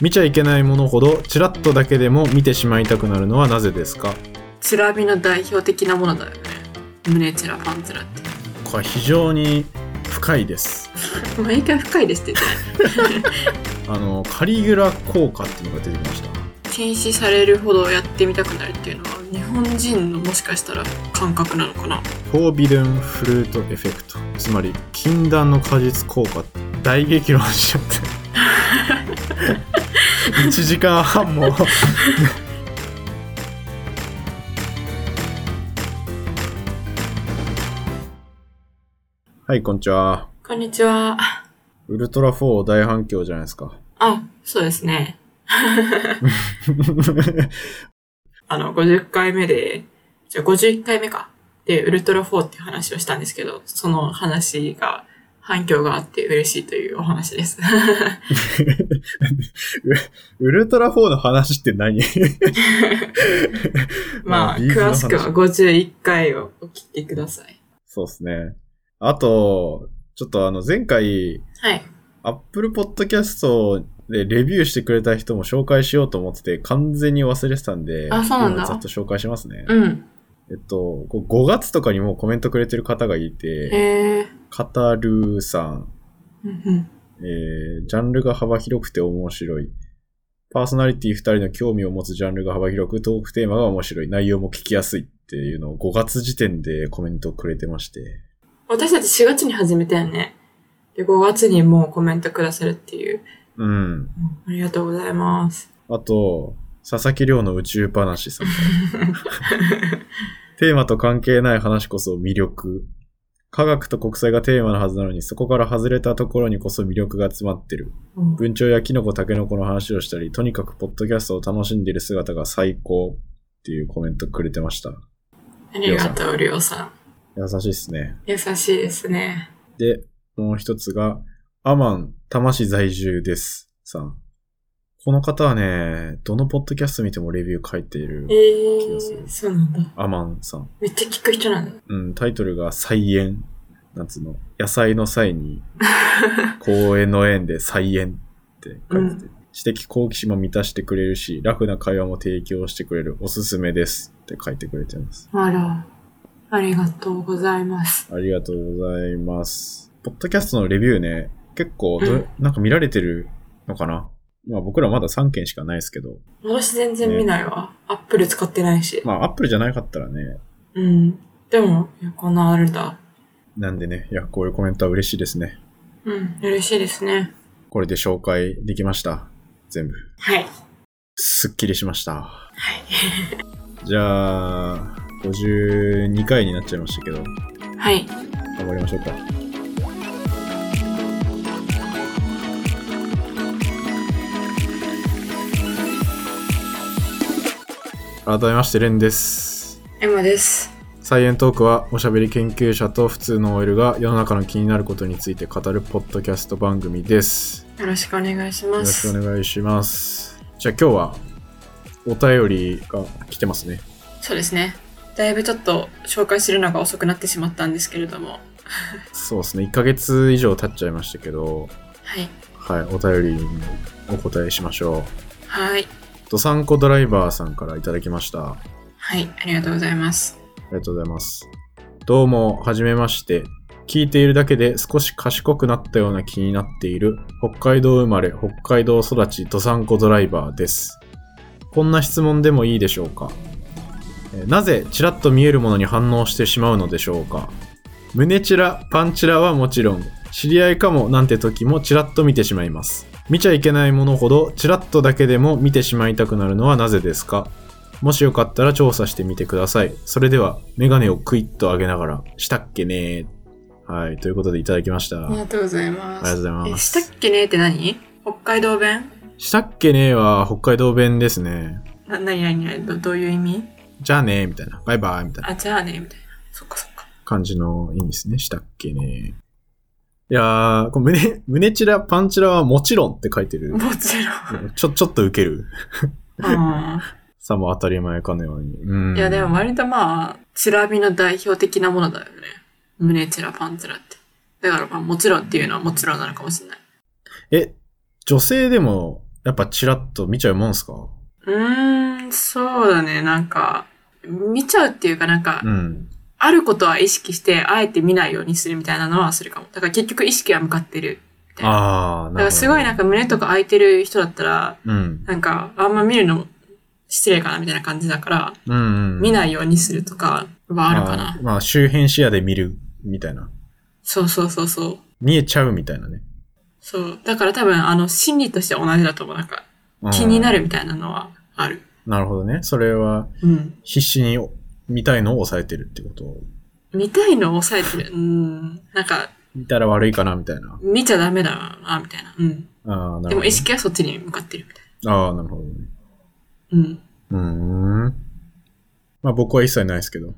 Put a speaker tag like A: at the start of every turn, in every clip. A: 見ちゃいけないものほどちらっとだけでも見てしまいたくなるのはなぜですか
B: チラ見の代表的なものだよね胸チラパンチラって
A: これ非常に深いです
B: 毎回深いですって言って
A: あのカリギュラ効果っていうのが出てきました
B: 禁止されるほどやってみたくなるっていうのは日本人のもしかしたら感覚なのかな
A: フォービデンフルートエフェクトつまり禁断の果実効果大激論しちゃって1時間半もはいこんにちは
B: こんにちは
A: ウルトラ4大反響じゃないですか
B: あそうですねあの50回目でじゃあ51回目かでウルトラ4っていう話をしたんですけどその話が反響があって嬉しいというお 話です
A: ウルトラ4の話って何
B: まあ
A: あビーズの
B: 詳
A: 話
B: しくは51回をお聞きください
A: そうですね。あと、ちょっとあの前回、
B: はい
A: アップルポッドキャストでレビューしてくれた人も紹介しようと思ってて、完全に忘れてたんで、
B: あそうなんだ
A: 今ざっと紹介しますね。
B: うん
A: えっと、こう5月とかにもうコメントくれてる方がいて、
B: へえ
A: カタルーさん、
B: うんうん
A: えージャンルが幅広くて面白い。パーソナリティ2人の興味を持つジャンルが幅広く、トークテーマが面白い。内容も聞きやすいっていうのを5月時点でコメントくれてまして。
B: 私たち4月に始めたよね。で、5月にもうコメントくださるっていう。
A: うん。
B: うんありがとうございます。
A: あと、佐々木亮の宇宙話さん。テーマと関係ない話こそ魅力。科学と国際がテーマのはずなのに、そこから外れたところにこそ魅力が詰まってる。
B: うん
A: 文鳥やキノコ、タケノコの話をしたり、とにかくポッドキャストを楽しんでいる姿が最高っていうコメントくれてました。
B: ありがとう、りょうさん。
A: 優しいっすね。
B: 優しいですね。
A: で、もう一つが、アマン、多摩市在住です。さん。この方はね、どのポッドキャスト見てもレビュー書いている
B: え。ー、そうなんだ。
A: アマンさん。
B: めっちゃ聞く人なんだ。
A: うん、タイトルが菜園。なんつうの。野菜の際 に、公園の園で菜園って書いてて。知的好奇心も満たしてくれるし、ラフな会話も提供してくれるおすすめですって書いてくれてます。
B: あら、ありがとうございます。
A: ありがとうございます。ポッドキャストのレビューね、結構ど
B: うん
A: なんか見られてるのかなまあ僕らまだ3件しかないですけど、
B: 私全然見ないわ。アップル使ってないし。
A: まあアップルじゃなかったらね、
B: うん。でも、いやこんなあるんだ。
A: なんでね、いや、こういうコメントは嬉しいですね。
B: うん、嬉しいですね。
A: これで紹介できました。全部。
B: はい。
A: すっきりしました。じゃあ、52回になっちゃいましたけど、
B: はい。
A: 頑張りましょうか。改めまして、レンです。
B: エマです。
A: サイエントークはおしゃべり研究者と普通の OL が世の中の気になることについて語るポッドキャスト番組です。
B: よろしくお願いし
A: よ
B: ま
A: ろし
B: す。
A: くお願いします。じゃあ今日はお便りが来てますね。
B: そうですね。だいぶちょっと紹介するのが遅くなってしまったんですけれども。
A: そうですね1ヶ月以上経っちゃいましたけど
B: はい。
A: はいお便りにお答えしましょ
B: はい。
A: うドサンコドライバーさんからいただきましたあ
B: はい。ありがとうございます。
A: りがとうございますどうもはじめまして聞いているだけで少し賢くなったような気になっている北海道生まれ北海道育ちドサンコドライバーですこんな質問でもいいでしょうかえーなぜチラッと見えるものに反応してしまうのでしょうか胸チラパンチラはもちろん知り合いかもなんて時もチラッと見てしまいます見ちゃいけないものほどチラッとだけでも見てしまいたくなるのはなぜですかもしよかったら調査してみてくださいそれではメガネをクイッと上げながらしたっけねーはいということでいただきました、
B: ありがとうございま
A: ありが
B: す。
A: とうございます
B: えしたっけねって何北海道弁
A: したっけねーは北海道弁ですね
B: な、なになになにどどういう意味
A: じゃあねーみたいなバイバイみたいな
B: あ、じゃあね、みたいな。そっかそっか。
A: 感じの意味ですね。したっけね。いやー、これ胸、胸チラ、パンチラはもちろんって書いてる。
B: もちろん。
A: ちょ、ちょっとウケる。
B: あ
A: さも当たり前かのように。うん。
B: ーいや、でも割とまあ、チラ見の代表的なものだよね。胸チラパンチラって。だからまあ、もちろんっていうのはもちろんなのかもしれない。
A: え、女性でもやっぱチラッと見ちゃうもんすか
B: うーん、そうだね。なんか、見ちゃうっていうかなんか、
A: うん。
B: あることは意識して、あえて見ないようにするみたいなのはするかも。だから結局意識は向かってる。みたいな
A: ああ、なるほど。
B: だからすごいなんか胸とか開いてる人だったら、
A: うん。
B: なんかあんま見るの失礼かなみたいな感じだから、
A: うん、うん。
B: 見
A: い
B: ないようにするとかはあるかな。
A: まあ、周辺視野で見るみたいな。
B: そうそうそうそう。
A: 見えちゃうみたいなね。
B: そう。だから多分あの心理としては同じだと思う。なんか
A: うん
B: 気になるみたいなのはある。
A: なるほどね。それは
B: うん。
A: 必死に見たいのを抑えてるってこと。
B: 見たいのを抑えてる。うん。なんか
A: 見たら悪いかなみたいな。
B: 見ちゃダメだな、みたいな。うん。
A: ああ、なるほどね、
B: でも意識はそっちに向かってるみたい
A: ああ、なるほどね。
B: な。うん。
A: うーん。まあ僕は一切ないですけど。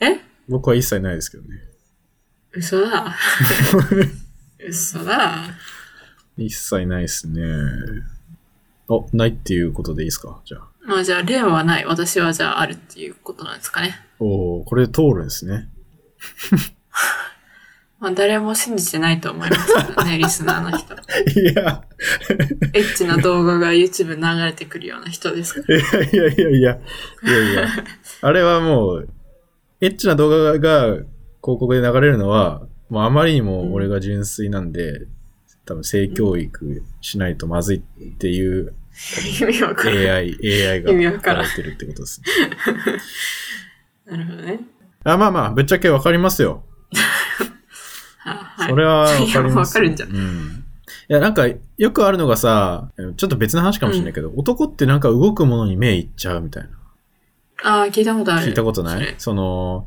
B: え
A: 僕は一切ないですけどね。
B: 嘘 だ。嘘だ。
A: 一切ないですね。あ、ないっていうことでいいですかじゃあ。
B: まあじゃあ、レオはない。私はじゃああるっていうことなんですかね。
A: おおこれで通るんですね。
B: まあ誰も信じてないと思いますけど ね、リスナーの人。
A: いや、
B: エッチな動画が YouTube に流れてくるような人ですから。
A: いやいやいやいや、いやいや。あれはもう、エッチな動画が広告で流れるのは、もうあまりにも俺が純粋なんで、多分性教育しないとまずいっていう
B: 意味わかる。
A: AI、AI が
B: 意味わからん
A: 働いてるってことですね。
B: なるほどね。
A: あ、まあまあ、ぶっちゃけわかりますよ。
B: ははい。
A: それはわかり
B: いや
A: ま
B: わ
A: す。
B: かるんじゃ。
A: うんん。いや、なんか、よくあるのがさ、ちょっと別の話かもしれないけど、男ってなんか動くものに目いっちゃうみたいな。
B: ああ、聞いたことある。
A: 聞いたことないその、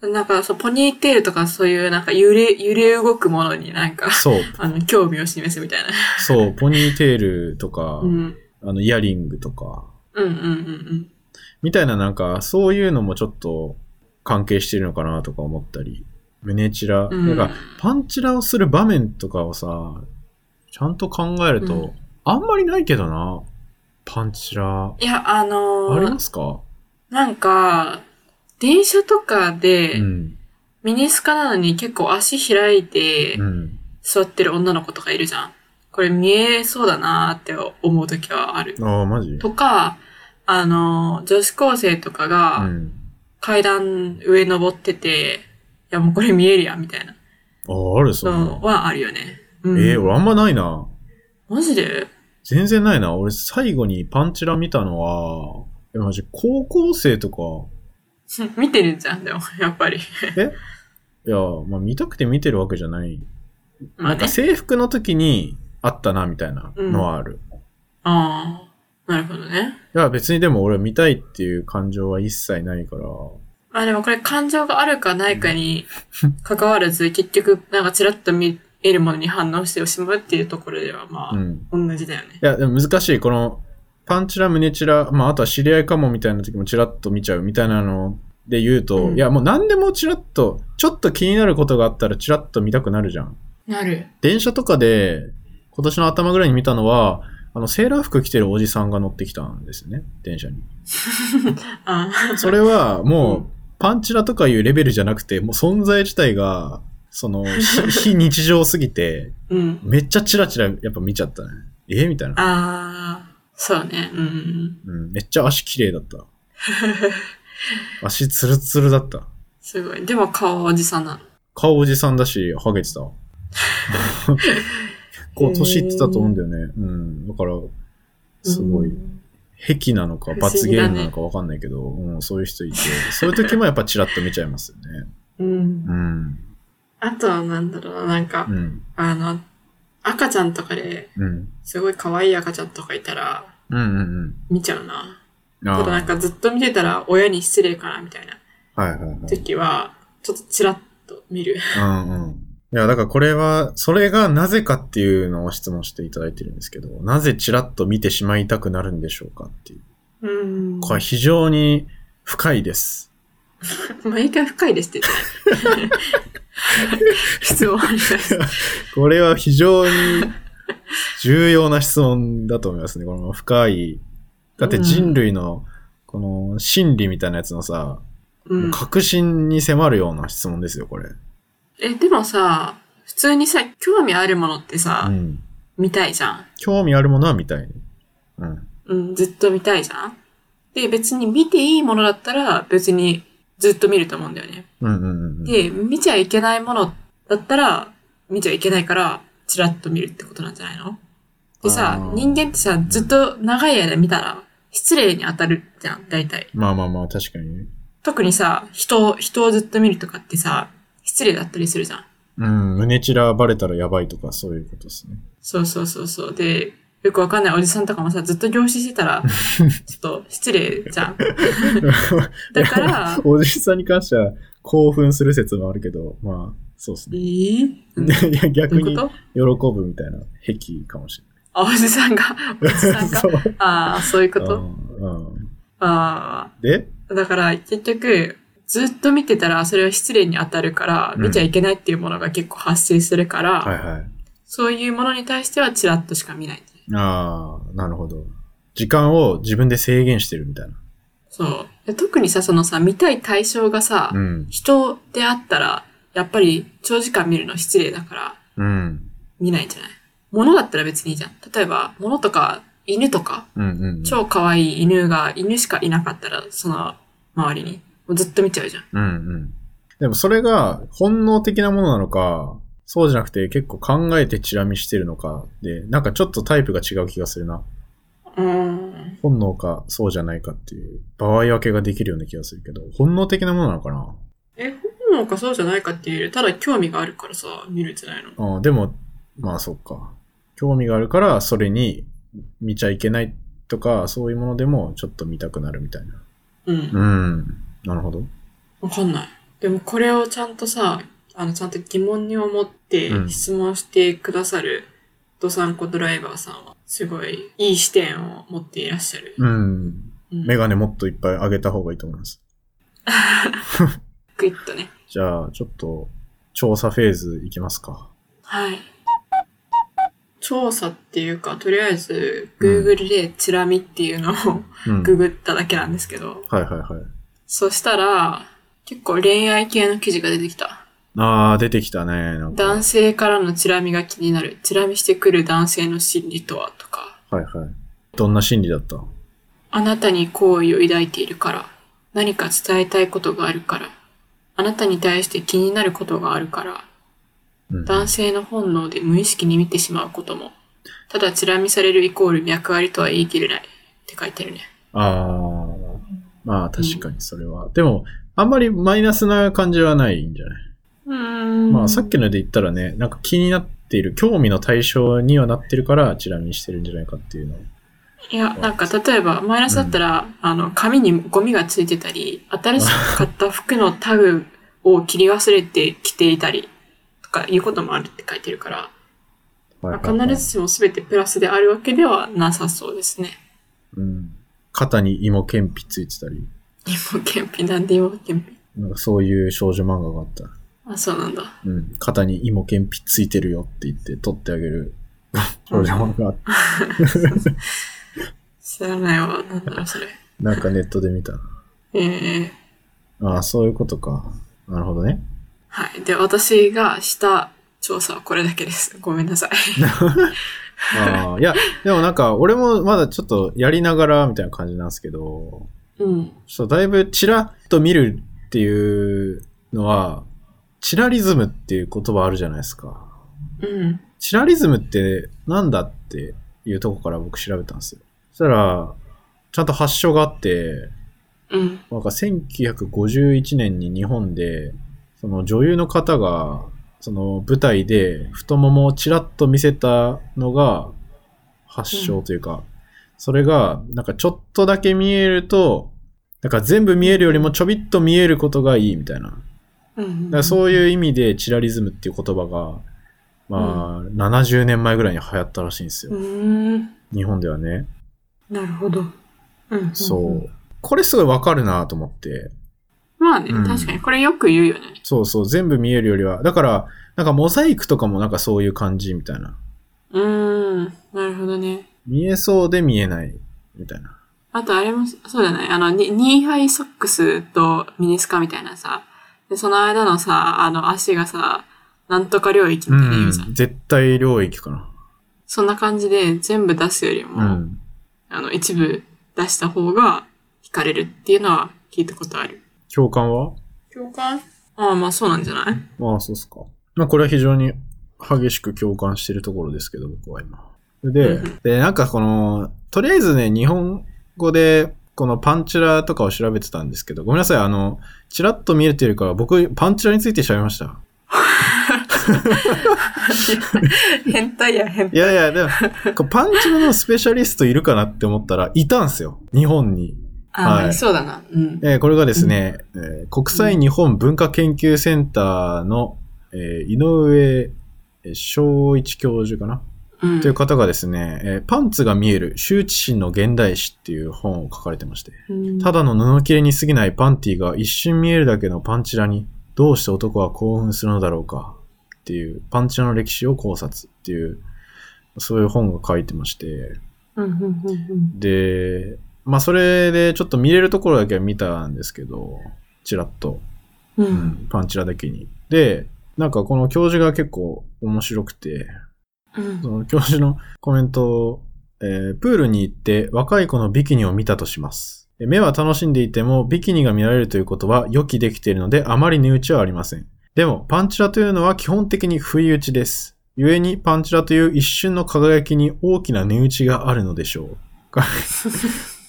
B: それなんか、そう、ポニーテールとかそういう、なんか揺れ、揺れ動くものになんか、
A: そう、
B: あの、興味を示すみたいな。
A: そう、ポニーテールとか、
B: うん。
A: あの、イヤリングとか、
B: うんうんうん
A: みたいななんか、そういうのもちょっと関係してるのかなとか思ったり、胸チラ、
B: うん
A: なんか、パンチラをする場面とかをさ、ちゃんと考えると、
B: うん
A: あんまりないけどな、パンチラ。
B: うん。いや、あの
A: あり
B: ー
A: ますか
B: なんか、電車とかで、
A: うん。
B: ミニスカなのに結構足開いて
A: うん。
B: 座ってる女の子とかいるじゃん。これ見えそうだなーって思う時はある。
A: ああ、マジ
B: とか、あのー、女子高生とか
A: う
B: が
A: ん。
B: 階段上登ってて、いやもうこれ見えるやんみたいな
A: ああ、あるそんな
B: の
A: の。
B: はあるよね。うん、
A: ええ俺あんまないな。
B: マジで
A: 全然ないな。俺最後にパンチラ見たのは、え、マジ高校生とか、
B: 見てるじゃん、でも、やっぱり。
A: いや、まあ見たくて見てるわけじゃない。
B: まあ
A: なんか
B: ね。
A: 制服の時にあったな、みたいなのはある。
B: ああ、なるほどね。
A: いや、別にでも俺見たいっていう感情は一切ないから。
B: まあでもこれ感情があるかないかに関わ らず、結局なんかチラッと見えるものに反応してしまうっていうところではま
A: う
B: あ、
A: ん。
B: 同じだよね。
A: いや、でも難しい。この、パンチラ、胸チラ、まあ、あとは知り合いかもみたいな時もチラッと見ちゃうみたいなので言うと、
B: うん
A: いや、もう何でもチラッと、ちょっと気になることがあったらチラッと見たくなるじゃん。
B: なる。
A: 電車とかで、今年の頭ぐらいに見たのは、あの、セーラー服着てるおじさんが乗ってきたんですね、電車に。
B: あ
A: それは、もう、
B: うん
A: パンチラとかいうレベルじゃなくて、もう存在自体が、その、非非日常すぎて、
B: うん。
A: めっちゃチラチラやっぱ見ちゃったね。えみたいな。
B: ああ、そうね。うんうん。
A: うん、めっちゃ足綺麗だった。 足ツルツルだった。
B: すごい。でも顔はおじさんなの。
A: 顔おじさんだし、ハゲて たわ。こう、年いってたと思うんだよね。うん。だから、すごい、
B: うん
A: 癖なのか
B: 不思議だね
A: 罰ゲームなのかわかんないけど、うん、そういう人いて、そういう時もやっぱチラッと見ちゃいますよね。
B: うん
A: う。ん。
B: あとはなんだろうな、なんか
A: う、ん。
B: あの、赤ちゃんとかで、
A: うん。
B: すごい可愛い赤ちゃんとかいたら、
A: うんうん
B: 見ちゃうな。
A: うん。
B: ただなんかずっと見てたら親に失礼かなみたいな
A: はいはいはい。
B: 時は、ちょっとチラッと見る。
A: うんうん。いや、だからこれは、それがなぜかっていうのを質問していただいてるんですけど、なぜチラッと見てしまいたくなるんでしょうかっていう。
B: うん。
A: これは非常に深いです。
B: 毎回深いですって 言ってない質問に対して。
A: これは非常に重要な質問だと思いますね。この深い。だって人類の、この心理みたいなやつのさ、
B: うん。
A: 確信に迫るような質問ですよ、これ。
B: え、でもさ、普通にさ、興味あるものって
A: う
B: さ、
A: ん。
B: 見たいじゃん。
A: 興味あるものは見たいね。うん。
B: うん、ずっと見たいじゃん。で、別に見ていいものだったら、別にずっと見ると思うんだよね。
A: うんうんうんうん。
B: で、見ちゃいけないものだったら、見ちゃいけないから、チラッと見るってことなんじゃないので
A: あ
B: さ
A: ー、
B: 人間ってさ、ずっと長い間見たら、失礼に当たるじゃん、大体。
A: まあまあまあ、確かにね。
B: 特にさ、人を、人をずっと見るとかってさ、失礼だったりするじゃん。
A: うん、胸チラバレたらやばいとか、そういうことですね。
B: そうそうそうそう。で、よくわかんないおじさんとかもさ、ずっと凝視して たら、ちょっと失礼じゃん。だから、
A: おじさんに関しては興奮する説もあるけど、まあ、そうです
B: え
A: ね。
B: ー、うんど
A: いや、
B: う
A: 逆
B: い
A: に
B: う
A: 喜
B: こと
A: ぶみたいな癖かもし
B: あ、おじさ んが、おじ
A: れな
B: さ
A: い。
B: んが。
A: そう。
B: ああ、そういうこと
A: うんうん
B: あ
A: で、
B: あ、だから結局、ずっと見てたらそれは失礼に当たるから、
A: うん
B: 見ちゃいけないっていうものが結構発生するから、
A: はいはい。
B: そういうものに対してはチラッとしか見ない。
A: ああ、なるほど。時間を自分で制限してるみたいな。
B: そうで。特にさ、そのさ、見たい対象がさ、
A: うん。
B: 人であったら、やっぱり長時間見るの失礼だから、
A: うん。
B: 見ないんじゃない物だったら別にいいじゃん。例えば、物とか、犬とか、
A: うんうんうん。
B: 超可愛い犬が、犬しかいなかったら、その周りに、もうずっと見ちゃうじゃん。
A: うんうん。でもそれが本能的なものなのか、そうじゃなくて結構考えてチラ見してるのかで、なんかちょっとタイプが違う気がするな。
B: うん。
A: 本能かそうじゃないかっていう場合分けができるような気がするけど、本能的なものなのかな
B: え、本能かそうじゃないかっていうより、ただ興味があるからさ、見るんじゃないの
A: あーでも、まあそっか。興味があるからそれに見ちゃいけないとか、そういうものでもちょっと見たくなるみたいな。
B: うん。
A: うん。なるほど。
B: わかんない。でもこれをちゃんとさ、あの、ちゃんと疑問に思って
A: うん
B: 質問してくださるドサンコドライバーさんは、すごいいい視点を持っていらっしゃる。
A: うん。
B: うん
A: メガネもっといっぱい上げた方がいいと思います。
B: グイッとね。
A: じゃあ、ちょっと調査フェーズいきますか。
B: はい。調査っていうか、とりあえず、Google でチラ見っていうのを
A: うん
B: ググっただけなんですけど、
A: はいはいはい。
B: そしたら、結構恋愛系の記事が出てきた。
A: ああ、出てきたね。なんか。
B: 男性からのチラ見が気になる。チラ見してくる男性の心理とはとか、
A: はいはい。どんな心理だった
B: あなたに好意を抱いているから、何か伝えたいことがあるから、あなたに対して気になることがあるから、
A: うん。
B: 男性の本能で無意識に見てしまうことも、ただチラ見されるイコール脈ありとは言い切れないって書いてるね。
A: ああ。まあ確かにそれは。でも、あんまりマイナスな感じはないんじゃない、
B: うーん。
A: まあさっきので言ったらね、なんか気になっている、興味の対象にはなってるから、チラ見してるんじゃないかっていうの。
B: いや、なんか例えばマイナスだったら、あの、紙にゴミがついてたり、新しく買った服のタグを切り忘れて着ていたり、とかいうこともあるって書いてるから、
A: は
B: ま
A: い
B: あ必ずしも全てプラスであるわけではなさそうですね。
A: うん。肩に芋けんぴついてたり、
B: 芋けんぴ、なんで芋けんぴ
A: なんかそういう少女漫画があった。
B: あ、そうなんだ。
A: うん。肩に芋けんぴついてるよって言って取ってあげ る少女漫画があった。
B: 知らないわ。なんだろう、それ。
A: なんかネットで見たな。
B: えー、
A: ああ、そういうことか。なるほどね。
B: はい。で、私がした調査はこれだけ です。ごめんなさい。
A: ああ、いや、でもなんか、俺もまだちょっとやりながらみたいな感じなんですけど、
B: うん。
A: ちょっとだいぶチラッと見るっていうのは、チラリズムっていう言葉あるじゃないですか。
B: うん。
A: チラリズムってなんだっていうとこから僕調べたんですよ。そしたら、ちゃんと発祥があって、
B: うん。
A: なんか1951年に日本で、その女優の方が、その舞台で太ももをちらっと見せたのが発祥というか、それが、なんかちょっとだけ見えると、なんか全部見えるよりもちょびっと見えることがいいみたいな。だか
B: うん。
A: らそういう意味でチラリズムっていう言葉が、まあ、70年前ぐらいに流行ったらしいんです
B: う
A: よ。
B: ーん。
A: 日本ではね。
B: なるほど。うん。
A: そう。。これすごいわかるなと思って。
B: まあね、
A: うん
B: 確かに。これよく言うよね。
A: そうそう、全部見えるよりは。だから、なんかモザイクとかもなんかそういう感じみたいな。
B: うーん。なるほどね。
A: 見えそうで見えないみたいな。
B: あとあれも、そうじゃないあの、にニーハイソックスとミニスカみたいなさ。で、その間のさ、あの、足がさ、なんとか領域みたいな意味じゃん。
A: 絶対領域かな。
B: そんな感じで全部出すよりも、
A: うん。
B: あの、一部出した方が惹かれるっていうのは聞いたことある。
A: 共感は
B: 共感ああ、まあそうなんじゃない
A: まあ、そうっすか。まあ、これは非常に激しく共感してるところですけど、僕は今。で
B: う、
A: で、なんかこの、とりあえずね、日本語で、このパンチラとかを調べてたんですけど、ごめんなさい、あの、チラッと見えてるから、僕、パンチラについて調べました。
B: 変態や、変
A: いやいや、でも、こうパンチラのスペシャリストいるかなって思ったら、いたんすよ。日本に。
B: あ、
A: はい
B: い、そうだな。うん。
A: えーこれがですね、えー国際日本文化研究センターの、えー井上えー昭一教授かな
B: うん
A: という方がですね、えーパンツが見える羞恥心の現代史っていう本を書かれてまして、
B: うん
A: ただの布切れに過ぎないパンティが一瞬見えるだけのパンチラに、どうして男は興奮するのだろうかっていう、パンチラの歴史を考察っていう、そういう本が書いてまして、
B: うんうんうん
A: で、まあそれでちょっと見れるところだけは見たんですけど、ちらっと、
B: うんう
A: うんん、パンチラだけに。で、なんかこの教授が結構面白くて、
B: うん
A: その教授のコメントを、えープールに行って若い子のビキニを見たとします。え目は楽しんでいてもビキニが見られるということは予期できているのであまり値打ちはありません。でもパンチラというのは基本的に不意打ちです。故にパンチラという一瞬の輝きに大きな値打ちがあるのでしょう。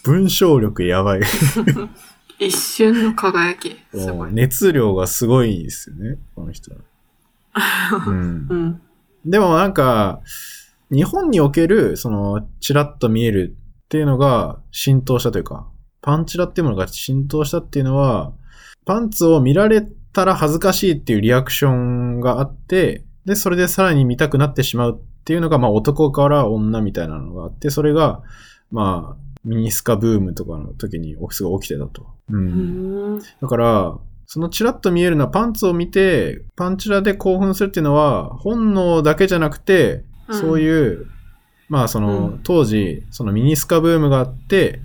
A: 文章力やばい。
B: 一瞬の輝き。 す
A: も
B: ご
A: う
B: い。
A: 熱量がすごいんですよね、この人は。 うん
B: うん。
A: でもなんか、日本における、その、チラッと見えるっていうのが浸透したというか、パンチラっていうものが浸透したっていうのは、パンツを見られたら恥ずかしいっていうリアクションがあって、で、それでさらに見たくなってしまうっていうのが、まあ男から女みたいなのがあって、それが、まあ、ミニスカブームとかの時にすごい起きてたと。
B: う
A: うん
B: ん。
A: だから、そのチラッと見えるのはパンツを見て、パンチラで興奮するっていうのは、本能だけじゃなくて、
B: うん
A: そういう、まあその、
B: うん
A: 当時、そのミニスカブームがあって、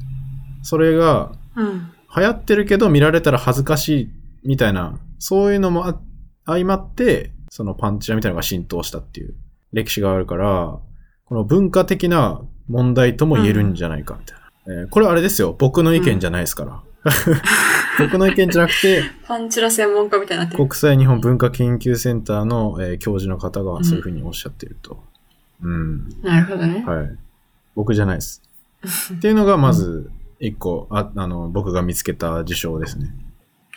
A: それが
B: うん。
A: 流行ってるけど見られたら恥ずかしいみたいな、そういうのもあ相まって、そのパンチラみたいなのが浸透したっていう歴史があるから、この文化的な問題とも言えるんじゃないかみたいな。えーこれあれですよ。僕の意見じゃないですから。 僕の意見じゃなくて、
B: パンチラ専門家みたいになってる。
A: 国際日本文化研究センターの、えー教授の方がそういうふうにおっしゃっていると。うん。
B: なるほどね。
A: はい。僕じゃないです。っていうのがまず一個、ああの、僕が見つけた事象ですね。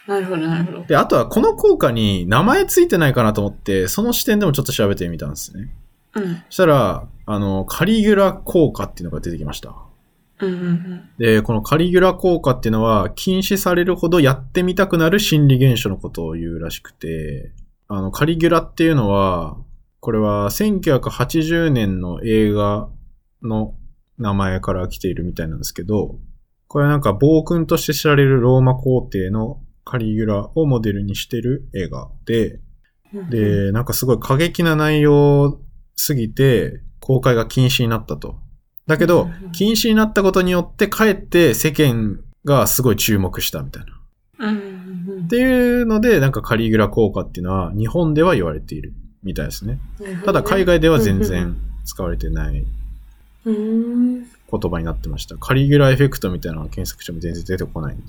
B: なるほど、なるほど。
A: で、あとはこの効果に名前ついてないかなと思って、その視点でもちょっと調べてみたんですね。
B: うん。
A: そしたら、あの、カリギュラ効果っていうのが出てきました。
B: うんうん
A: で、このカリギュラ効果っていうのは、禁止されるほどやってみたくなる心理現象のことを言うらしくて、あの、カリギュラっていうのは、これは1980年の映画の名前から来ているみたいなんですけど、これはなんか暴君として知られるローマ皇帝のカリギュラをモデルにしてる映画で、
B: うん。
A: で、なんかすごい過激な内容すぎて、公開が禁止になったと。だけど、禁止になったことによって、かえって世間がすごい注目したみたいな。
B: うん、うんうんうん
A: っていうので、なんかカリギュラ効果っていうのは、日本では言われているみたいですね。
B: なるほ
A: た
B: どね
A: だ、海外では全
B: うんう
A: 然使われてないう
B: ーん。
A: 言葉になってました。カリギュラエフェクトみたいなのは検索しても全然出てこないんで。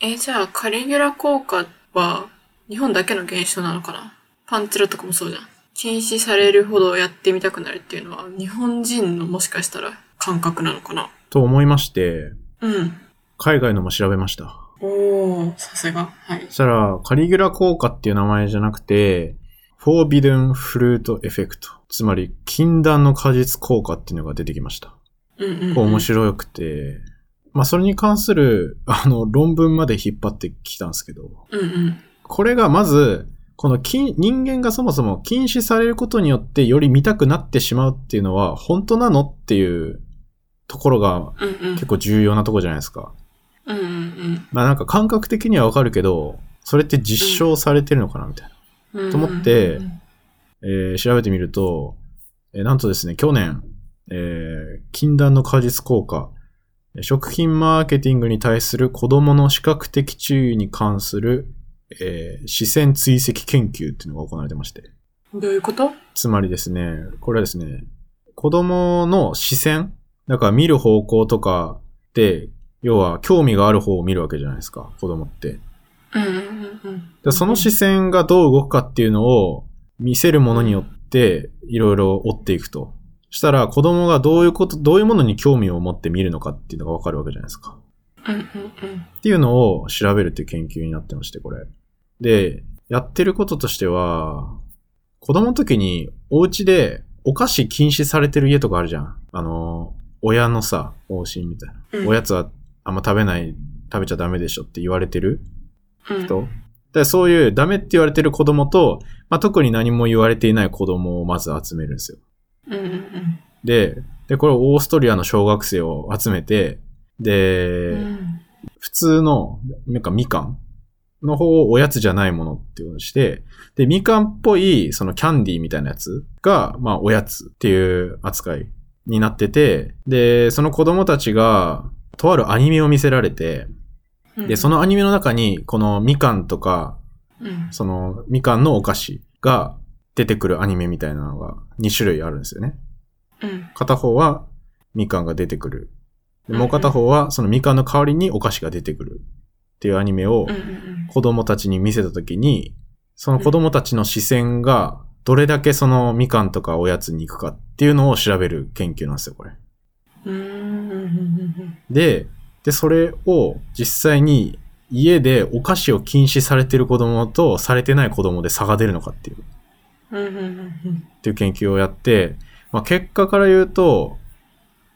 B: え、じゃあ、カリギュラ効果は、日本だけの現象なのかなパンチラとかもそうじゃん。禁止されるほどやってみたくなるっていうのは、日本人のもしかしたら感覚なのかな
A: と思いまして、
B: うん。
A: 海外のも調べました。
B: おー、さすが。はい
A: そ。したら、カリギュラ効果っていう名前じゃなくて、フォービデンフルートエフェクト。つまり、禁断の果実効果っていうのが出てきました。
B: うんうん、うん。
A: こう面白くて、まあそれに関する、 あの、論文まで引っ張ってきたんですけど、
B: い。うんうん。
A: これがまず、この禁人間がそもそも禁止されることによってより見たくなってしまうっていうのは本当なのっていうところが
B: うんうん。
A: 結構重要なところじゃないですか。
B: うんうん
A: まあなんか感覚的にはわかるけど、それって実証されてるのかなみたいな。
B: うん。
A: と思って
B: うん
A: えー調べてみると、えーなんとですね、去年、えー禁断の果実効果、えー食品マーケティングに対する子供の視覚的注意に関する、えー視線追跡研究っていうのが行われてまして。
B: どういうこと
A: つまりですね、これはですね、子供の視線だから見る方向とかって、要は興味がある方を見るわけじゃないですか、子供って。
B: うんうんうんう
A: で
B: ん。
A: その視線がどう動くかっていうのを見せるものによっていろいろ追っていくと。したら子供がどういうこと、どういうものに興味を持って見るのかっていうのがわかるわけじゃないですか。
B: うんうんうん。
A: っていうのを調べるっていう研究になってまして、これ。で、やってることとしては、子供の時にお家でお菓子禁止されてる家とかあるじゃん。あの、親のさ、往診みたいな。
B: うん
A: おやつはあんま食べない、食べちゃダメでしょって言われてる
B: うん
A: 人。だからそういうダメって言われてる子供と、まあ、特に何も言われていない子供をまず集めるんですよ。
B: うんうんうん。
A: で、で、これオーストリアの小学生を集めて、で、
B: うん
A: 普通の、なんかみかんの方をおやつじゃないものっていうのにして、で、みかんっぽい、そのキャンディーみたいなやつが、まあ、おやつっていう扱いになってて、で、その子供たちが、とあるアニメを見せられて、
B: うん
A: で、そ、のアニメの中に、このみかんとか、
B: うん
A: そのみかんのお菓子が出てくるアニメみたいなのが2種類あるんですよね。
B: うん
A: 片方はみかんが出てくる。で
B: うんうん
A: もう片方はそのみかんの代わりにお菓子が出てくるっていうアニメを
B: うんうん
A: 子供たちに見せたときに、その子供たちの視線がどれだけそのみかんとかおやつに行くかっていうのを調べる研究なんですよ、これ。
B: うんうんうんうん
A: で、で、それを実際に家でお菓子を禁止されてる子供とされてない子供で差が出るのかっていう。
B: うんうんうん
A: っていう研究をやって、まあ、結果から言うと、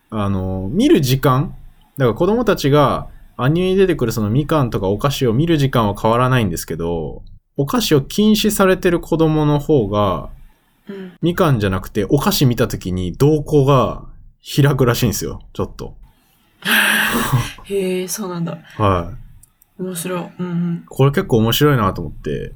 A: あの、見る時間、だから子供たちがアニメに出てくるそのみかんとかお菓子を見る時間は変わらないんですけど、お菓子を禁止されてる子供の方が、
B: うん
A: みかんじゃなくてお菓子見た時に瞳孔が開くらしいんですよ、ちょっと。
B: へえ、そうなんだ。
A: はい。
B: 面白い。うんうん。
A: これ結構面白いなと思って、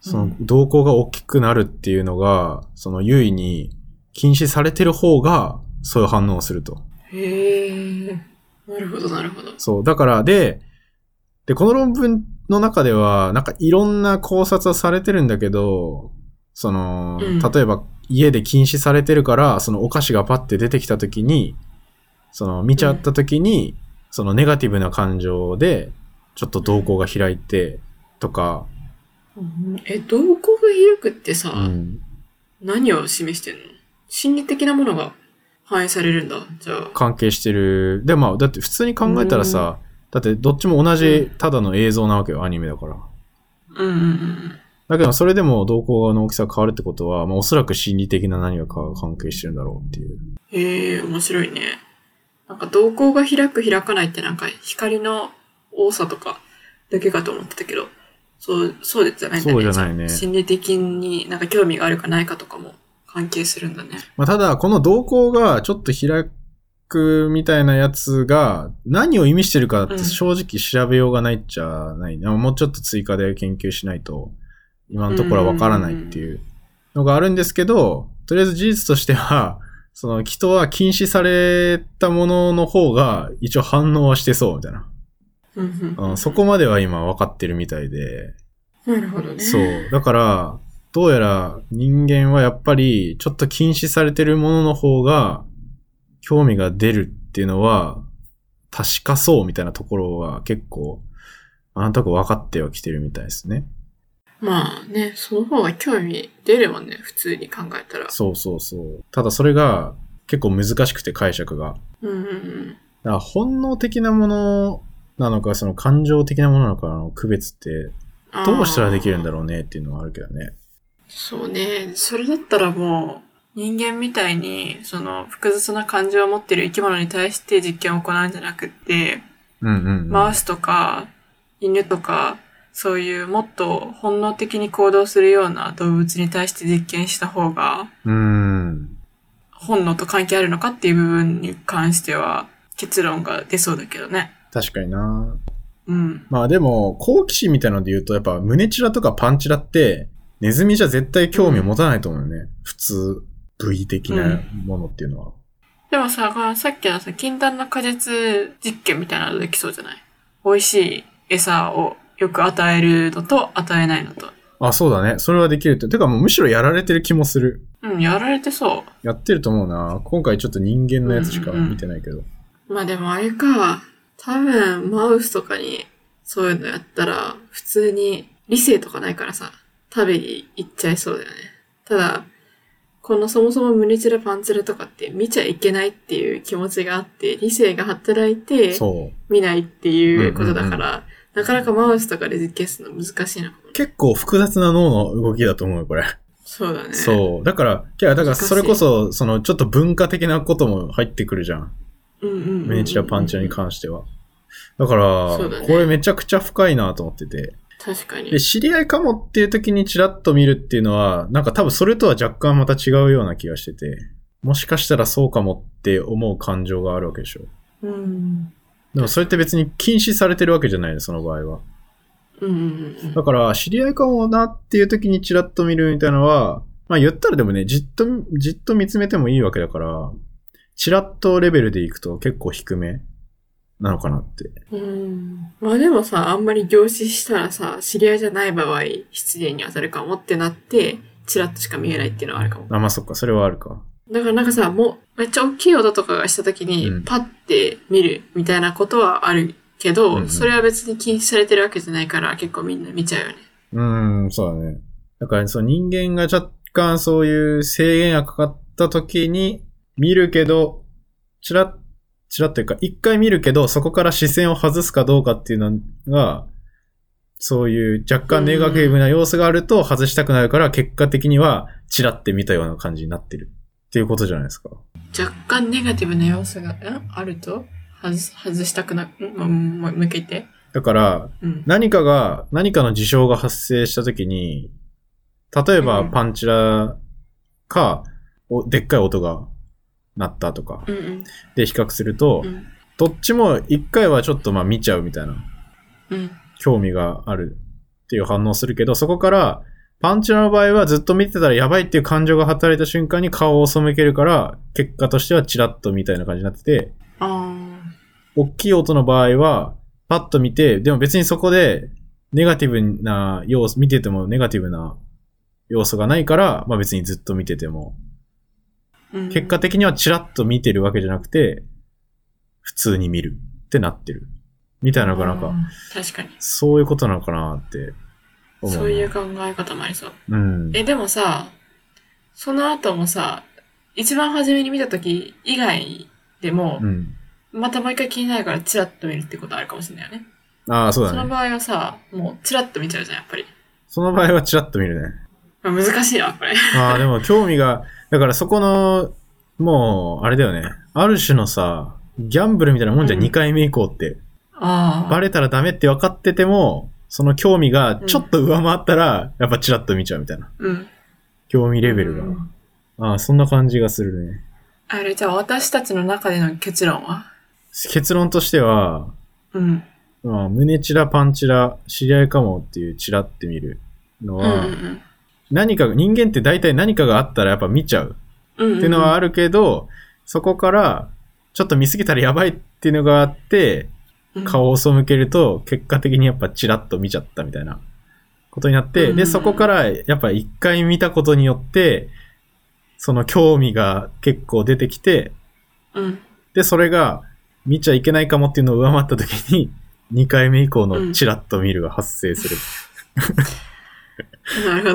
A: そうの
B: ん
A: 瞳孔が大きくなるっていうのが、その優位に禁止されてる方がそういう反応をすると。
B: へえ。なるほど、なるほど。
A: そう。だから、で、で、この論文の中では、なんかいろんな考察はされてるんだけど、その、
B: うん
A: 例えば家で禁止されてるから、そのお菓子がパッて出てきた時に、その見ちゃった時に、そのネガティブな感情で、ちょっと瞳孔が開いて、とか、
B: うんえ、瞳孔が開くってさ、
A: うん
B: 何を示してんの心理的なものが反映されるんだ。じゃあ。
A: 関係してる。で、まあ、だって普通に考えたらさ、だってどっちも同じただの映像なわけよ、アニメだから。
B: うんうんうん
A: だけど、それでも瞳孔の大きさが変わるってことは、まあ、おそらく心理的な何かが関係してるんだろうっていう。
B: うん。へえ、面白いね。なんか瞳孔が開く開かないってなんか光の多さとかだけかと思ってたけど、そう、そうじゃないんだね。
A: そうじゃないね
B: じゃあ心理的になんか興味があるかないかとかも関係するんだね。
A: まあ、ただ、この瞳孔がちょっと開くみたいなやつが、何を意味してるかって正直調べようがないっちゃないね。もうちょっと追加で研究しないと、今のところはわからないっていうのがあるんですけど、とりあえず事実としては、 その人は禁止されたものの方が一応反応はしてそうみたいな。
B: うんう。
A: うんん、そこまでは今分かってるみたいで、
B: なるほどね。
A: そう。だから、どうやら人間はやっぱり、ちょっと禁止されてるものの方が、興味が出るっていうのは、確かそうみたいなところは結構、あのとこ分かってはきてるみたいですね。
B: まあね、その方が興味出るもんね、普通に考えたら。
A: そうそうそう。ただそれが結構難しくて解釈が。
B: うんうんうん。
A: だから本能的なものなのか、その感情的なものなのかの区別って、
B: あー
A: どうしたらできるんだろうねっていうのはあるけどね。
B: そうね、それだったらもう、人間みたいに、その、複雑な感情を持ってる生き物に対して実験を行うんじゃなくって、
A: うんうん、うん。
B: マウスとか、犬とか、そういうもっと本能的に行動するような動物に対して実験した方が、
A: うん。
B: 本能と関係あるのかっていう部分に関しては、結論が出そうだけどね。
A: 確かにな
B: うん。
A: まあでも、好奇心みたいなので言うと、やっぱ胸チラとかパンチラって、ネズミじゃ絶対興味持たないと思うよね。普通、部位的なものっていうのは。
B: でもさ、このさっきのさ、禁断の果実実験みたいなのできそうじゃない美味しい餌をよく与えるのと与えないのと。
A: あ、そうだね。それはできると。てかもうむしろやられてる気もする。
B: うん、やられてそ
A: やってると思うな。今回ちょっと人間のやつしか見てないけど。
B: う。まあでもあれか、多分マウスとかにそういうのやったら、普通に理性とかないからさ、食べに行っちゃいそうだよね。ただ、このそもそも胸チラパンチラとかって見ちゃいけないっていう気持ちがあって、理性が働いて
A: そ
B: 見ないっていうことだから、なかなかマウスとかで実験するの難しいな。
A: う。結構複雑な脳の動きだと思うよ、これ。
B: そうだね。
A: そう。だから、いや、だから
B: 難しい
A: それこそ、その、ちょっと文化的なことも入ってくるじゃん。
B: う。うんうんうんうん、
A: ミニチュアパンチュアに関しては。だから、
B: そうだね
A: これめちゃくちゃ深いなと思ってて。
B: 確かに
A: で、。知り合いかもっていう時にチラッと見るっていうのは、なんか多分それとは若干また違うような気がしてて、もしかしたらそうかもって思う感情があるわけでしょ。
B: うん。
A: でもそれって別に禁止されてるわけじゃないの、その場合は。
B: うんうんうん
A: だから、知り合いかもなっていう時にチラッと見るみたいなのは、まあ言ったらでもね、じっと、じっと見つめてもいいわけだから、チラッとレベルでいくと結構低めなのかなって。
B: うん。うん。まあでもさ、あんまり凝視したらさ、知り合いじゃない場合、失礼に当たるかもってなって、チラッとしか見えないっていうのはあるかも。
A: あ、まあそっか、それはあるか。
B: だからなんかさ、もう、めっちゃ大きい音とかがした時に
A: うん、
B: パッて見るみたいなことはあるけど、
A: うんうん
B: それは別に禁止されてるわけじゃないから、結構みんな見ちゃうよね。
A: うーん、そうだね。だから、その人間が若干そういう制限がかかった時に、見るけど、チラッ、チラッというか、一回見るけど、そこから視線を外すかどうかっていうのが、そういう若干ネガティブな要素があると外したくなるから、結果的にはチラって見たような感じになってるっていうことじゃないですか。
B: 若干ネガティブな要素が、んあると外す、外したくな、んもうもう向けて。
A: だから、
B: うん。
A: 何かが、何かの事象が発生したときに、例えば
B: うん
A: パンチラか、おでっかい音が鳴ったとか、
B: うんうん。
A: で比較すると
B: う、ん。
A: どっちも一回はちょっとまあ見ちゃうみたいな、
B: うん。
A: 興味があるっていう反応するけど、そこから、パンチラの場合はずっと見てたらやばいっていう感情が働いた瞬間に顔を背けるから、結果としてはチラッとみたいな感じになってて、
B: ああ。
A: 大きい音の場合は、パッと見て、でも別にそこで、ネガティブな要素、見ててもネガティブな要素がないから、まあ別にずっと見てても、
B: うん
A: 結果的にはチラッと見てるわけじゃなくて、普通に見るってなってる。みたいなのがなんか、
B: うん確かに
A: そういうことなのかなって思うな。
B: そういう考え方もありそう
A: うん。
B: えでもさその後もさ一番初めに見た時以外でも
A: う、ん。
B: またもう一回気になるからチラッと見るってことあるかもしれないよね
A: ああ、そう
B: そ
A: だ
B: の
A: ね。
B: 場合はさもうチラッと見ちゃうじゃんやっぱり、
A: その場合はチラッと見るね。
B: まあ、難しいなこれ
A: ああ、でも興味が、だからそこの、もう、あれだよね。ある種のさ、ギャンブルみたいなもんじゃん、
B: うん
A: 2回目以降って。
B: あ
A: バレたらダメって分かってても、その興味がちょっと上回ったら、やっぱチラッと見ちゃうみたいな。
B: うん
A: 興味レベルが。
B: うん
A: ああ、そんな感じがするね。
B: あれじゃあ私たちの中での結論は
A: 結論としては、
B: うん
A: まあ、胸チラパンチラ、知り合いかもっていうチラって見るの
B: うんう
A: は、
B: ん
A: 何か、人間って大体何かがあったらやっぱ見ちゃう
B: うんうん
A: っていうのはあるけど、そこから、ちょっと見すぎたらやばいっていうのがあって、
B: うん
A: 顔を背けると、結果的にやっぱチラッと見ちゃったみたいなことになって、
B: うん
A: で、そこからやっぱ一回見たことによって、その興味が結構出てきて、
B: うん
A: で、それが見ちゃいけないかもっていうのを上回った時に、2回目以降のチラッと見るが発生する。
B: なるほど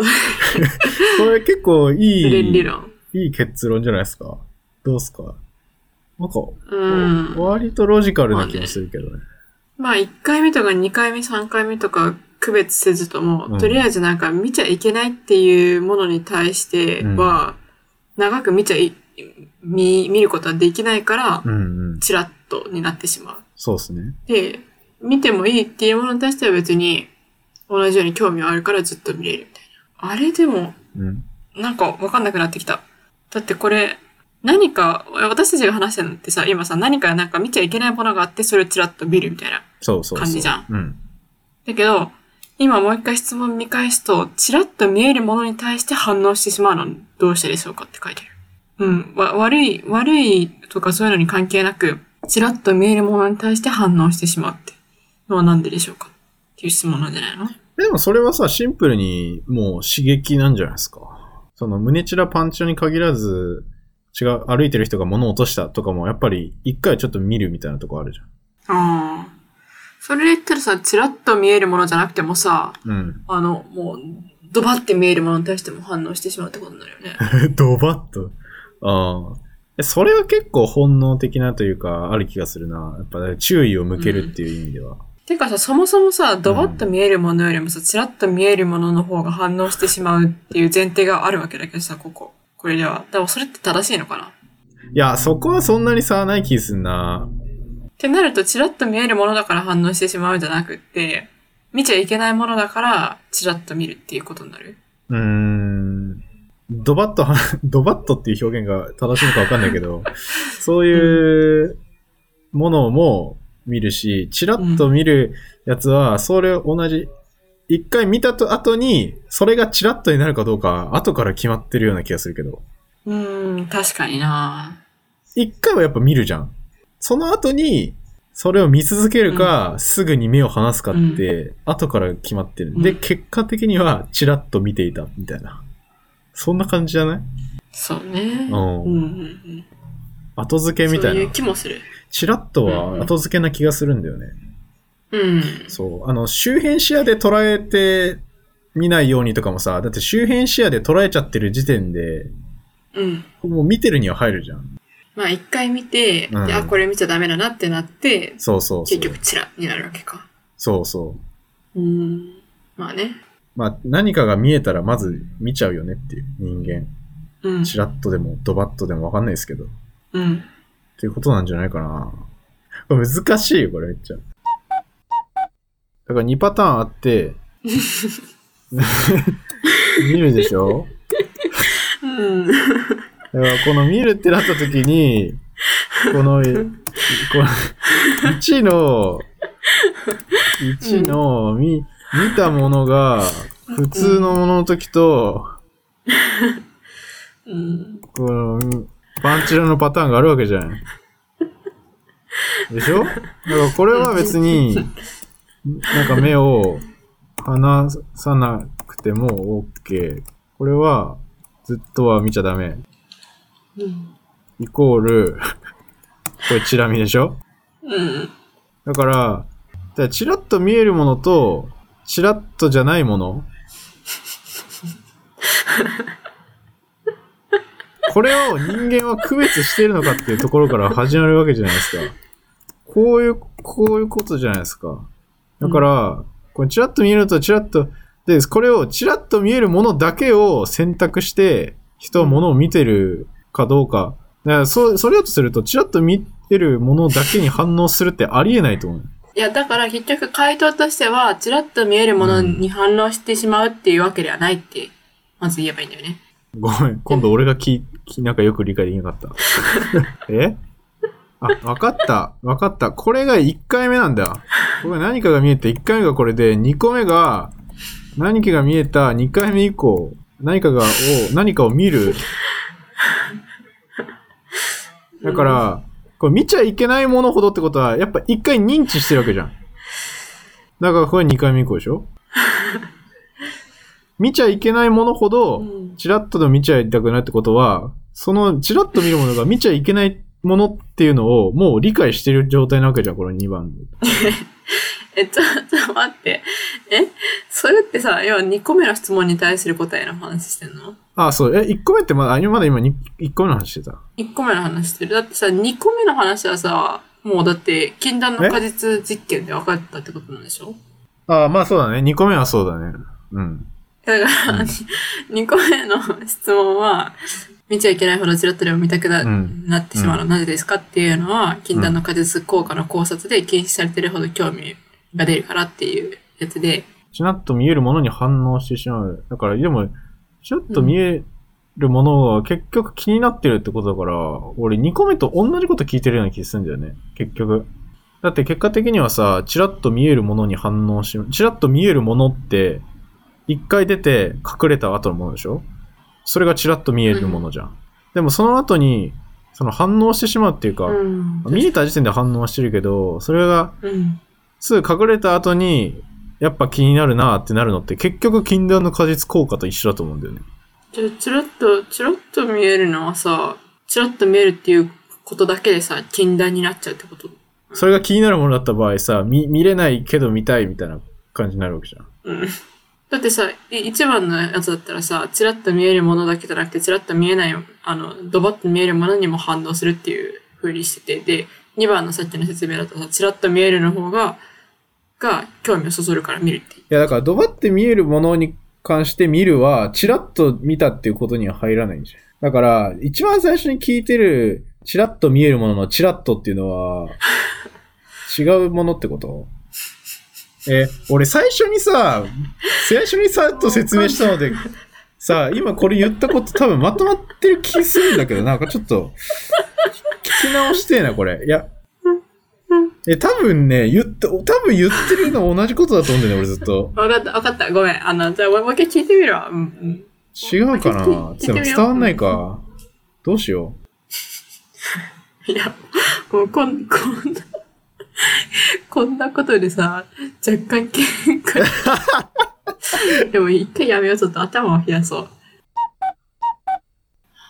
A: これ結構い
B: 理理
A: い、
B: 論
A: いい結論じゃないですか。どうっすかなんか、
B: うん
A: 割とロジカルな気もするけどね。
B: まあ、1回目とか2回目、3回目とか区別せずとも、
A: うん
B: とりあえずなんか見ちゃいけないっていうものに対しては、長く見ちゃい、見、見ることはできないから
A: う、んうん。
B: チラッとになってしまう。
A: そうですね。
B: で、見てもいいっていうものに対しては別に、同じように興味はあるからずっと見れるみたいな。あれでも、
A: うん。
B: なんかわかんなくなってきた。だってこれ、何か、私たちが話してるのってさ、今さ、何かなんか見ちゃいけないものがあって、それをチラッと見るみたいな。
A: そうそうそう。
B: 感じじゃん
A: うん。
B: だけど、今もう一回質問見返すと、ちらっと見えるものに対して反応してしまうのどうしてでしょうかって書いてある。うん。わ、悪い、悪いとかそういうのに関係なく、ちらっと見えるものに対して反応してしまうってのはなんででしょうかっていう質問なんじゃないの
A: えでもそれはさ、シンプルにもう刺激なんじゃないですか。その胸チラパンチラに限らず、違う、歩いてる人が物を落としたとかも、やっぱり一回ちょっと見るみたいなとこあるじ
B: ああ。それで言ったらさ、ちらっと見えるものじゃなくてもさ、
A: ゃん。
B: あの、もう、ドバって見えるものに対しても反応してしまうってことになるよね。
A: うん。ドバッと。ああ。えそれは結構本能的なというか、ある気がするな。やっぱ注意を向けるっていう意味では。
B: てかさ、そもそもさ、ドバッと見えるものよりもさ、ちらっと見えるものの方が反応してしまうっていう前提があるわけだけどさ、ここ。これでは。でもそれって正しいのかない
A: や、そこはそんなに差はない気すんな。
B: ってなると、ちらっと見えるものだから反応してしまうんじゃなくって、見ちゃいけないものだから、ちらっと見るっていうことになる。
A: うーん。ドバッとは、 ドバッとっていう表現が正しいのかわかんないけ ど、そういうものも見るし、チラッと見るやつは、それ同じ、一回見たと後に、それがチラッとになるかどうか、後から決まってるような気がするけど、
B: うーん、確かにな
A: 一回はやっぱ見るじゃん。その後に、それを見続けるか、すぐに目を離すかって、後から決まってる。で、
B: うん
A: 結果的には、チラッと見ていた、みたいな。そんな感じじゃない
B: そうね。
A: うん
B: うんうん
A: 後
B: う
A: 付
B: ん。
A: けみた
B: そうい
A: いうな。
B: 気もする。
A: チラッとは後付けな気がするんだよね。
B: うん。
A: そう。あの、周辺視野で捉えて見ないようにとかもさ、だって周辺視野で捉えちゃってる時点で、
B: うん。
A: もう見てるには入るじゃん。
B: まあ一回見て、
A: うん
B: であ、これ見ちゃダメだなってなって、
A: そうそうそ
B: 結
A: う。
B: 局チラになるわけか。
A: そうそう。
B: うーん。まあね。
A: まあ、何かが見えたらまず見ちゃうよねっていう人間。
B: うん。
A: チラッとでもドバッとでもわかんないですけど。っ
B: うん。
A: ていうことなんじゃないかな。これ難しいよ、これめっちゃ。だから2パターンあって、見るでしょ
B: うん。
A: だからこの見るってなった時に、この、この、1の、1の、見、見たものが、普通のものの時と、
B: うん。
A: この、パンチラのパターンがあるわけじゃない。でしょだからこれは別に、なんか目を離さなくても OK。これは、ずっとは見ちゃダメ。
B: うん。
A: イコール、これチラ見でしょ
B: うん。
A: だから、だからチラッと見えるものと、チラッとじゃないもの。これを人間は区別してるのかっていうところから始まるわけじゃないですか。こういう、こういうことじゃないですか。だから、これチラッと見えるのとチラッと、で、これをチラッと見えるものだけを選択して、人はものを見てるかどうか。だからそ、それだとすると、チラッと見てるものだけに反応するってありえないと思う。
B: いや、だから結局回答としては、チラッと見えるものに反応してしまうっていうわけではないって、まず言えばいいんだよね。
A: ごめん、今度俺がき、きなんかよく理解できなかった。 えあ、わかった、わかった。これが1回目なんだ。これ何かが見えて、1回目がこれで、2個目が、何かが見えた2回目以降、何かが、を、何かを見る。だから、これ見ちゃいけないものほどってことは、やっぱ1回認知してるわけじゃん。だからこれ2回目以降でし ょ見ちゃいけないものほど、
B: うん。
A: チラッとでも見ちゃいたくないってことは、そのチラッと見るものが見ちゃいけないものっていうのをもう理解してる状態なわけじゃん、この2番で。
B: え、ちょ、ちょっと待って。えそれってさ、要は2個目の質問に対する答えの話してんの
A: ああ、そう。え、1個目ってまだ、あ今まだ今に1個目の話してた。
B: 1個目の話してる。だってさ、2個目の話はさ、もうだって、禁断の果実実験で分かったってことなんでしょ
A: ああ、まあそうだね。2個目はそうだね。うん。
B: だから、
A: うん
B: 2個目の質問は、見ちゃいけないほどチラッとでも見たくな,、
A: うん
B: なってしまうのはなぜですかっていうのは、禁断の果実効果の考察で禁止されてるほど興味が出るからっていうやつで、
A: チラッと見えるものに反応してしまう。だから、でも、チラッと見えるものが結局気になってるってことだから、俺2個目と同じこと聞いてるような気するんだよね。結局。だって結果的にはさ、チラッと見えるものに反応し、チラッと見えるものって、一回出て隠れた後のものでしょそれがチラッと見えるものじゃん。でもその後に、その反応してしまうっていうか、
B: うん。
A: 見えた時点で反応してるけど、それが
B: うん。
A: すぐ隠れた後に、やっぱ気になるなってなるのって結局禁断の果実効果と一緒だと思うんだよね。
B: じゃあ、ちらっと、ちらっと見えるのはさ、ちらっと見えるっていうことだけでさ、禁断になっちゃうってこと。
A: それが気になるものだった場合さ、見見れないけど見たいみたいな感じになるわけじゃん。
B: うん。だってさ、い一番のやつだったらさ、ちらっと見えるものだけじゃなくて、ちらっと見えない、あの、ドバッと見えるものにも反応するっていう風にしてて、で、2番のさっきの説明だとさ、ちらっと見えるの方が、が興味をそそるから見るっていう。
A: いや、だから、ドバって見えるものに関して見るは、チラッと見たっていうことには入らないんじゃん。だから、一番最初に聞いてる、チラッと見えるもののチラッとっていうのは、違うものってことえ、俺最初にさ、最初にさっと説明したので、さ、今これ言ったこと多分まとまってる気するんだけど、なんかちょっと、聞き直してえな、これ。いや。え、多分ね、言って、多分言ってるの同じことだと思うんだよね、俺ずっと。
B: わかった、わかった。ごめん。あの、じゃあ、もう一回聞いてみるわ。うんうん。
A: 違うかな
B: 聞い
A: で
B: てみ
A: も
B: よう
A: 伝わんないか。どうしよ。
B: いや、もうこん、 こんな、こんなことでさ、若干喧嘩。 でも一回やめよう、ちょっと頭を冷やそう。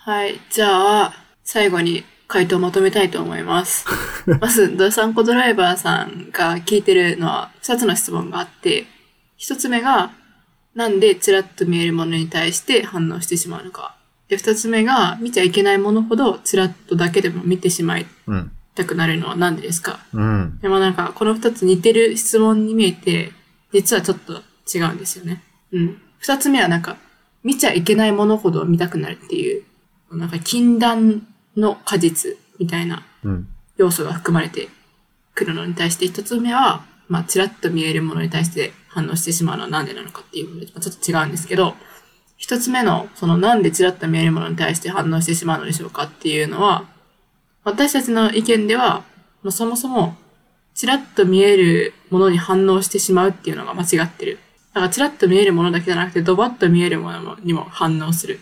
B: はい、じゃあ、最後に回答をまとめたいと思い ます。まず、ドサンコドライバーさんが聞いてるのは2つの質問があって、1つ目が、なんでちらっと見えるものに対して反応してしまうのか。で、2つ目が、見ちゃいけないものほどちらっとだけでも見てしまいう
A: うん。
B: たくなるのはなんでですか
A: うん。
B: でもなんか、この二つ似てる質問に見えて、実はちょっと違うんですよね。うん。二つ目はなんか、見ちゃいけないものほど見たくなるっていう、なんか禁断の果実みたいな
A: うん。
B: 要素が含まれてくるのに対して、一つ目は、まあ、ちらっと見えるものに対して反応してしまうのはなんでなのかっていうので、まあちょっと違うんですけど、一つ目の、そのなんでちらっと見えるものに対して反応してしまうのでしょうかっていうのは、私たちの意見では、まあそもそも、ちらっと見えるものに反応してしまうっていうのが間違ってる。だから、ちらっと見えるものだけじゃなくて、ドバッと見えるものにも反応する。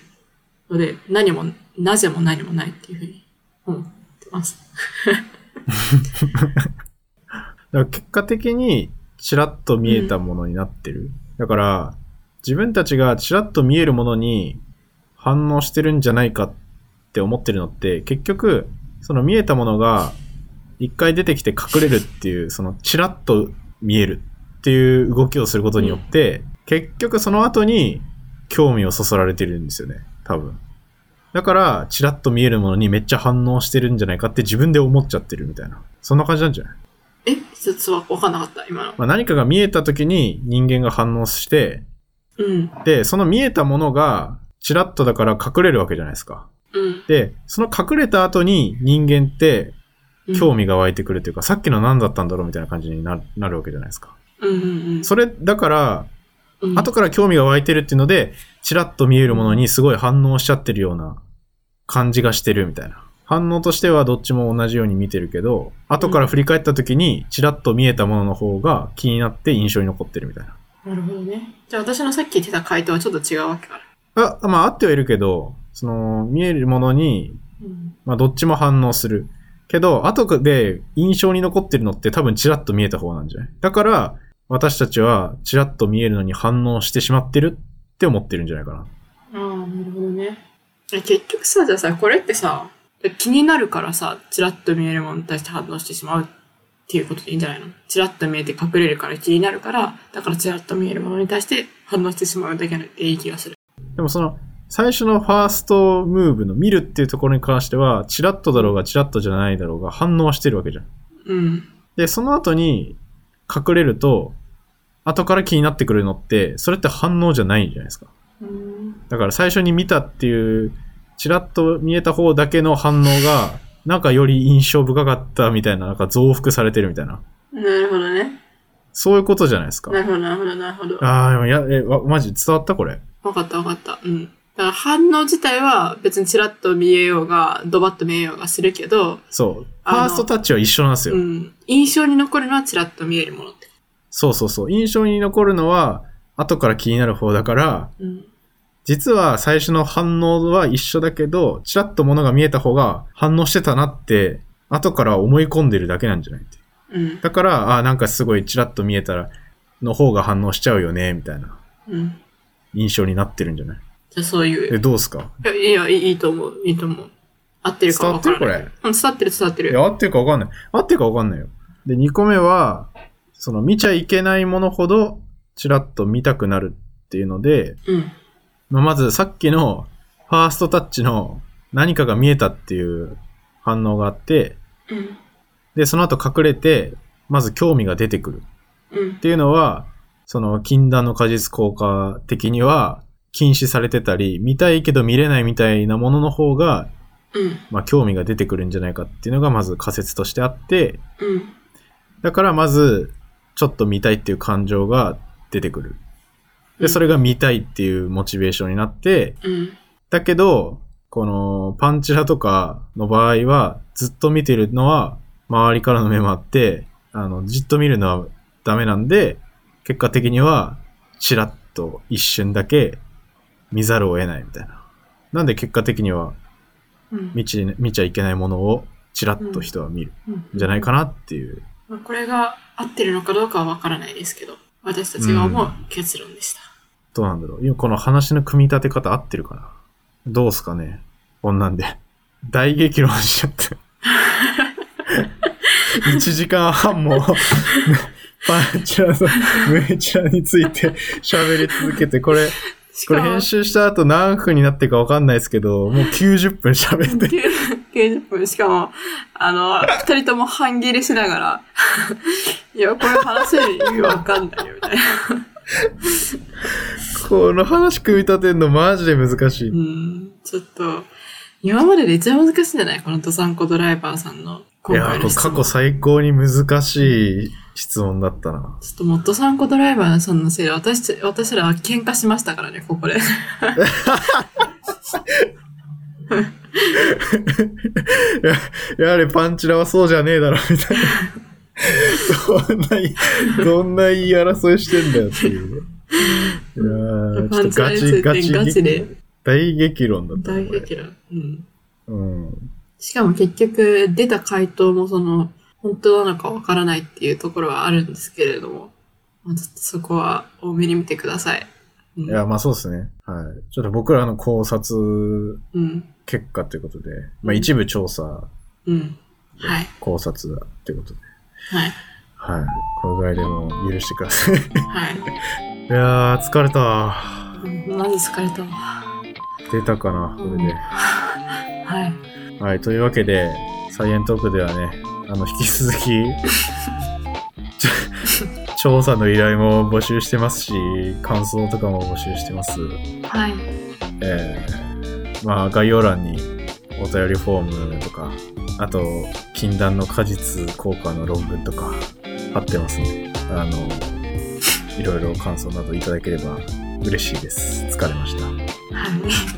B: ので、何も、なぜも何もないっていうふうに思ってます。
A: だから結果的に、チラッと見えたものになってる。だから、自分たちがチラッと見えるものに反応してるんじゃないかって思ってるのって、結局、その見えたものが、一回出てきて隠れるっていう、そのチラッと見えるっていう動きをすることによって、結局その後に興味をそそられてるんですよね。多分。だから、チラッと見えるものにめっちゃ反応してるんじゃないかって自分で思っちゃってるみたいな。そんな感じなんじゃない
B: えちょっとわかんなかった、今の。
A: まあ、何かが見えた時に人間が反応して、
B: うん、
A: で、その見えたものが、チラッとだから隠れるわけじゃないですか。
B: うん。
A: で、その隠れた後に人間って
B: うん
A: 興味が湧いてくるというか、さっきの何だったんだろうみたいな感じになるなるわけじゃないですか。
B: うんうん
A: それ、だから、
B: うん。
A: 後から興味が湧いてるっていうので、チラッと見えるものにすごい反応しちゃってるような感じがしてるみたいな。反応としてはどっちも同じように見てるけど、後から振り返った時にチラッと見えたものの方が気になって印象に残ってるみたいな。
B: なるほどね。じゃあ私のさっき言ってた回答はちょっと違うわけから。
A: あ、まあ、あってはいるけど、その、見えるものに、
B: うん。
A: まあ、どっちも反応する。けど、後で印象に残ってるのって多分チラッと見えた方なんじゃないだから、私たちはチラッと見えるのに反応してしまってるって思ってるんじゃないかな。
B: ああ、なるほどね。え結局さ、じゃあさ、これってさ、気になるからさ、チラッと見えるものに対して反応してしまうっていうことでいいんじゃないのチラッと見えて隠れるから気になるから、だからチラッと見えるものに対して反応してしまうだけでいい気がする。
A: でもその、最初のファーストムーブの見るっていうところに関しては、チラッとだろうがチラッとじゃないだろうが反応はしてるわけじゃん。
B: うん。
A: で、その後に隠れると、後から気になってくるのって、それって反応じゃないんじゃないですか。
B: うん。
A: だから最初に見たっていう、ちらっと見えた方だけの反応が、 なんかより印象深かったみたいな、なんか増幅されてるみたいな。
B: なるほどね。
A: そういうことじゃないですか
B: な。るほど、なるほど、なるほど。
A: ああ、でもや、え、わマジ伝わったこれ。
B: わかったわかった。うん。だから反応自体は別にチラッと見えようが、ドバッと見えようがするけど、
A: そう。フ
B: あの
A: ァーストタッチは一緒なんですよ。
B: うん。印象に残るのはチラッと見えるものって。
A: そうそうそう。印象に残るのは、後から気になる方だから、
B: うん。
A: 実は最初の反応は一緒だけど、ちらっとものが見えた方が反応してたなって、後から思い込んでるだけなんじゃないっていう
B: うん。
A: だから、あーなんかすごいチラッと見えたら、の方が反応しちゃうよね、みたいな
B: うん。
A: 印象になってるんじゃない
B: じゃあそういう
A: え、。どうっすか
B: いやいや、いいいいと思う。いいと思う。合ってるか
A: 伝わ
B: わ
A: ってる
B: から
A: こ
B: ない。
A: れ。
B: うん、伝わってる伝わって
A: い
B: る。
A: や、合ってるか分かんない。合ってるか分かんないよ。で、2個目は、その見ちゃいけないものほど、ちらっと見たくなるっていうので、
B: うん。
A: まあ、まずさっきの、ファーストタッチの何かが見えたっていう反応があって、
B: うん。
A: で、その後隠れて、まず興味が出てくる。
B: うん
A: っ。ていうのは、その禁断の果実効果的には禁止されてたり、見たいけど見れないみたいなものの方が、
B: うん。
A: まあ興味が出てくるんじゃないかっていうのがまず仮説としてあって、
B: うん。
A: だからまず、ちょっと見たいっていう感情が出てくる。
B: う
A: で、
B: ん
A: それが見たいっていうモチベーションになって、
B: うん。
A: だけど、このパンチラとかの場合は、ずっと見てるのは周りからの目もあって、あの、じっと見るのはダメなんで、結果的には、チラッと一瞬だけ見ざるを得ないみたいな。なんで結果的には
B: うん。
A: 見ち見ちゃいけないものをチラッと人は見る
B: うん
A: んじゃないかなっていう。
B: まあこれが合ってるのかどうかはわからないですけど、私たちが思う結論でした。
A: どうなんだろう今この話の組み立て方合ってるかなどうすかねこんなんで。 大激論しちゃって。1時間半もパンチラのムチラについて喋り続けて、これ、
B: し
A: こ
B: か
A: れ
B: も
A: 編集した後何分になってるかわかんないですけど、もう90分喋って。
B: 90分、しかも、あの、二人とも半切れしながら、 いや、これ話せる意味わかんないよ、みたいな。
A: この話組み立てるのマジで難し
B: う
A: い。
B: ん、ちょっと、今までで一番難しいんじゃないこのドサンコドライバーさんの
A: い
B: 今
A: や、
B: 回
A: こ
B: の
A: れ
B: 質
A: 過
B: 問。
A: 去最高に難しい質問だったな。
B: ちょっともうドサンコドライバーさんのせいで私たち、私らは喧嘩しましたからね、ここで。
A: いや、やはりパンチラはそうじゃねえだろ、みたいな。どんな言い、どんな言い争いしてんだよっていう。いやーちょっと
B: パ
A: ガ
B: ンチラ
A: チ
B: につ
A: ガ
B: いて
A: チ
B: ガチで
A: 大激論だった
B: 大
A: ねこれ
B: 激論。うん。
A: うん。
B: しかも結局出た回答もその本当なのかわからないっていうところはあるんですけれども、まあ、ちょっとそこは多めに見てください。うん、
A: いや、まあそうですね。はい。ちょっと僕らの考察
B: うん、
A: 結果ということで、まあ一部調査、
B: うん。はい、
A: 考察だということで。
B: はい、
A: はい。これぐらいでもう許してください。 い
B: は
A: やー、疲れた。
B: い。 うんまず疲れたわ。
A: 出たかな、これで。
B: はい。
A: はい、というわけで、サイエントークではね、あの、引き続き、 ちょ 調査の依頼も募集してますし、感想とかも募集してます。
B: はい。
A: えーまあ、概要欄にお便りフォームとか、あと、禁断の果実効果の論文とか貼ってますね。あの、いろいろ感想などいただければ嬉しいです。疲れました。
B: はい。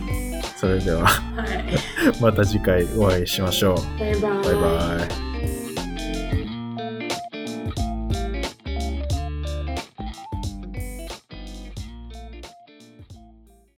A: それでは、
B: はい。
A: また次回お会いしましょう。
B: バイバイ。
A: バイバイ。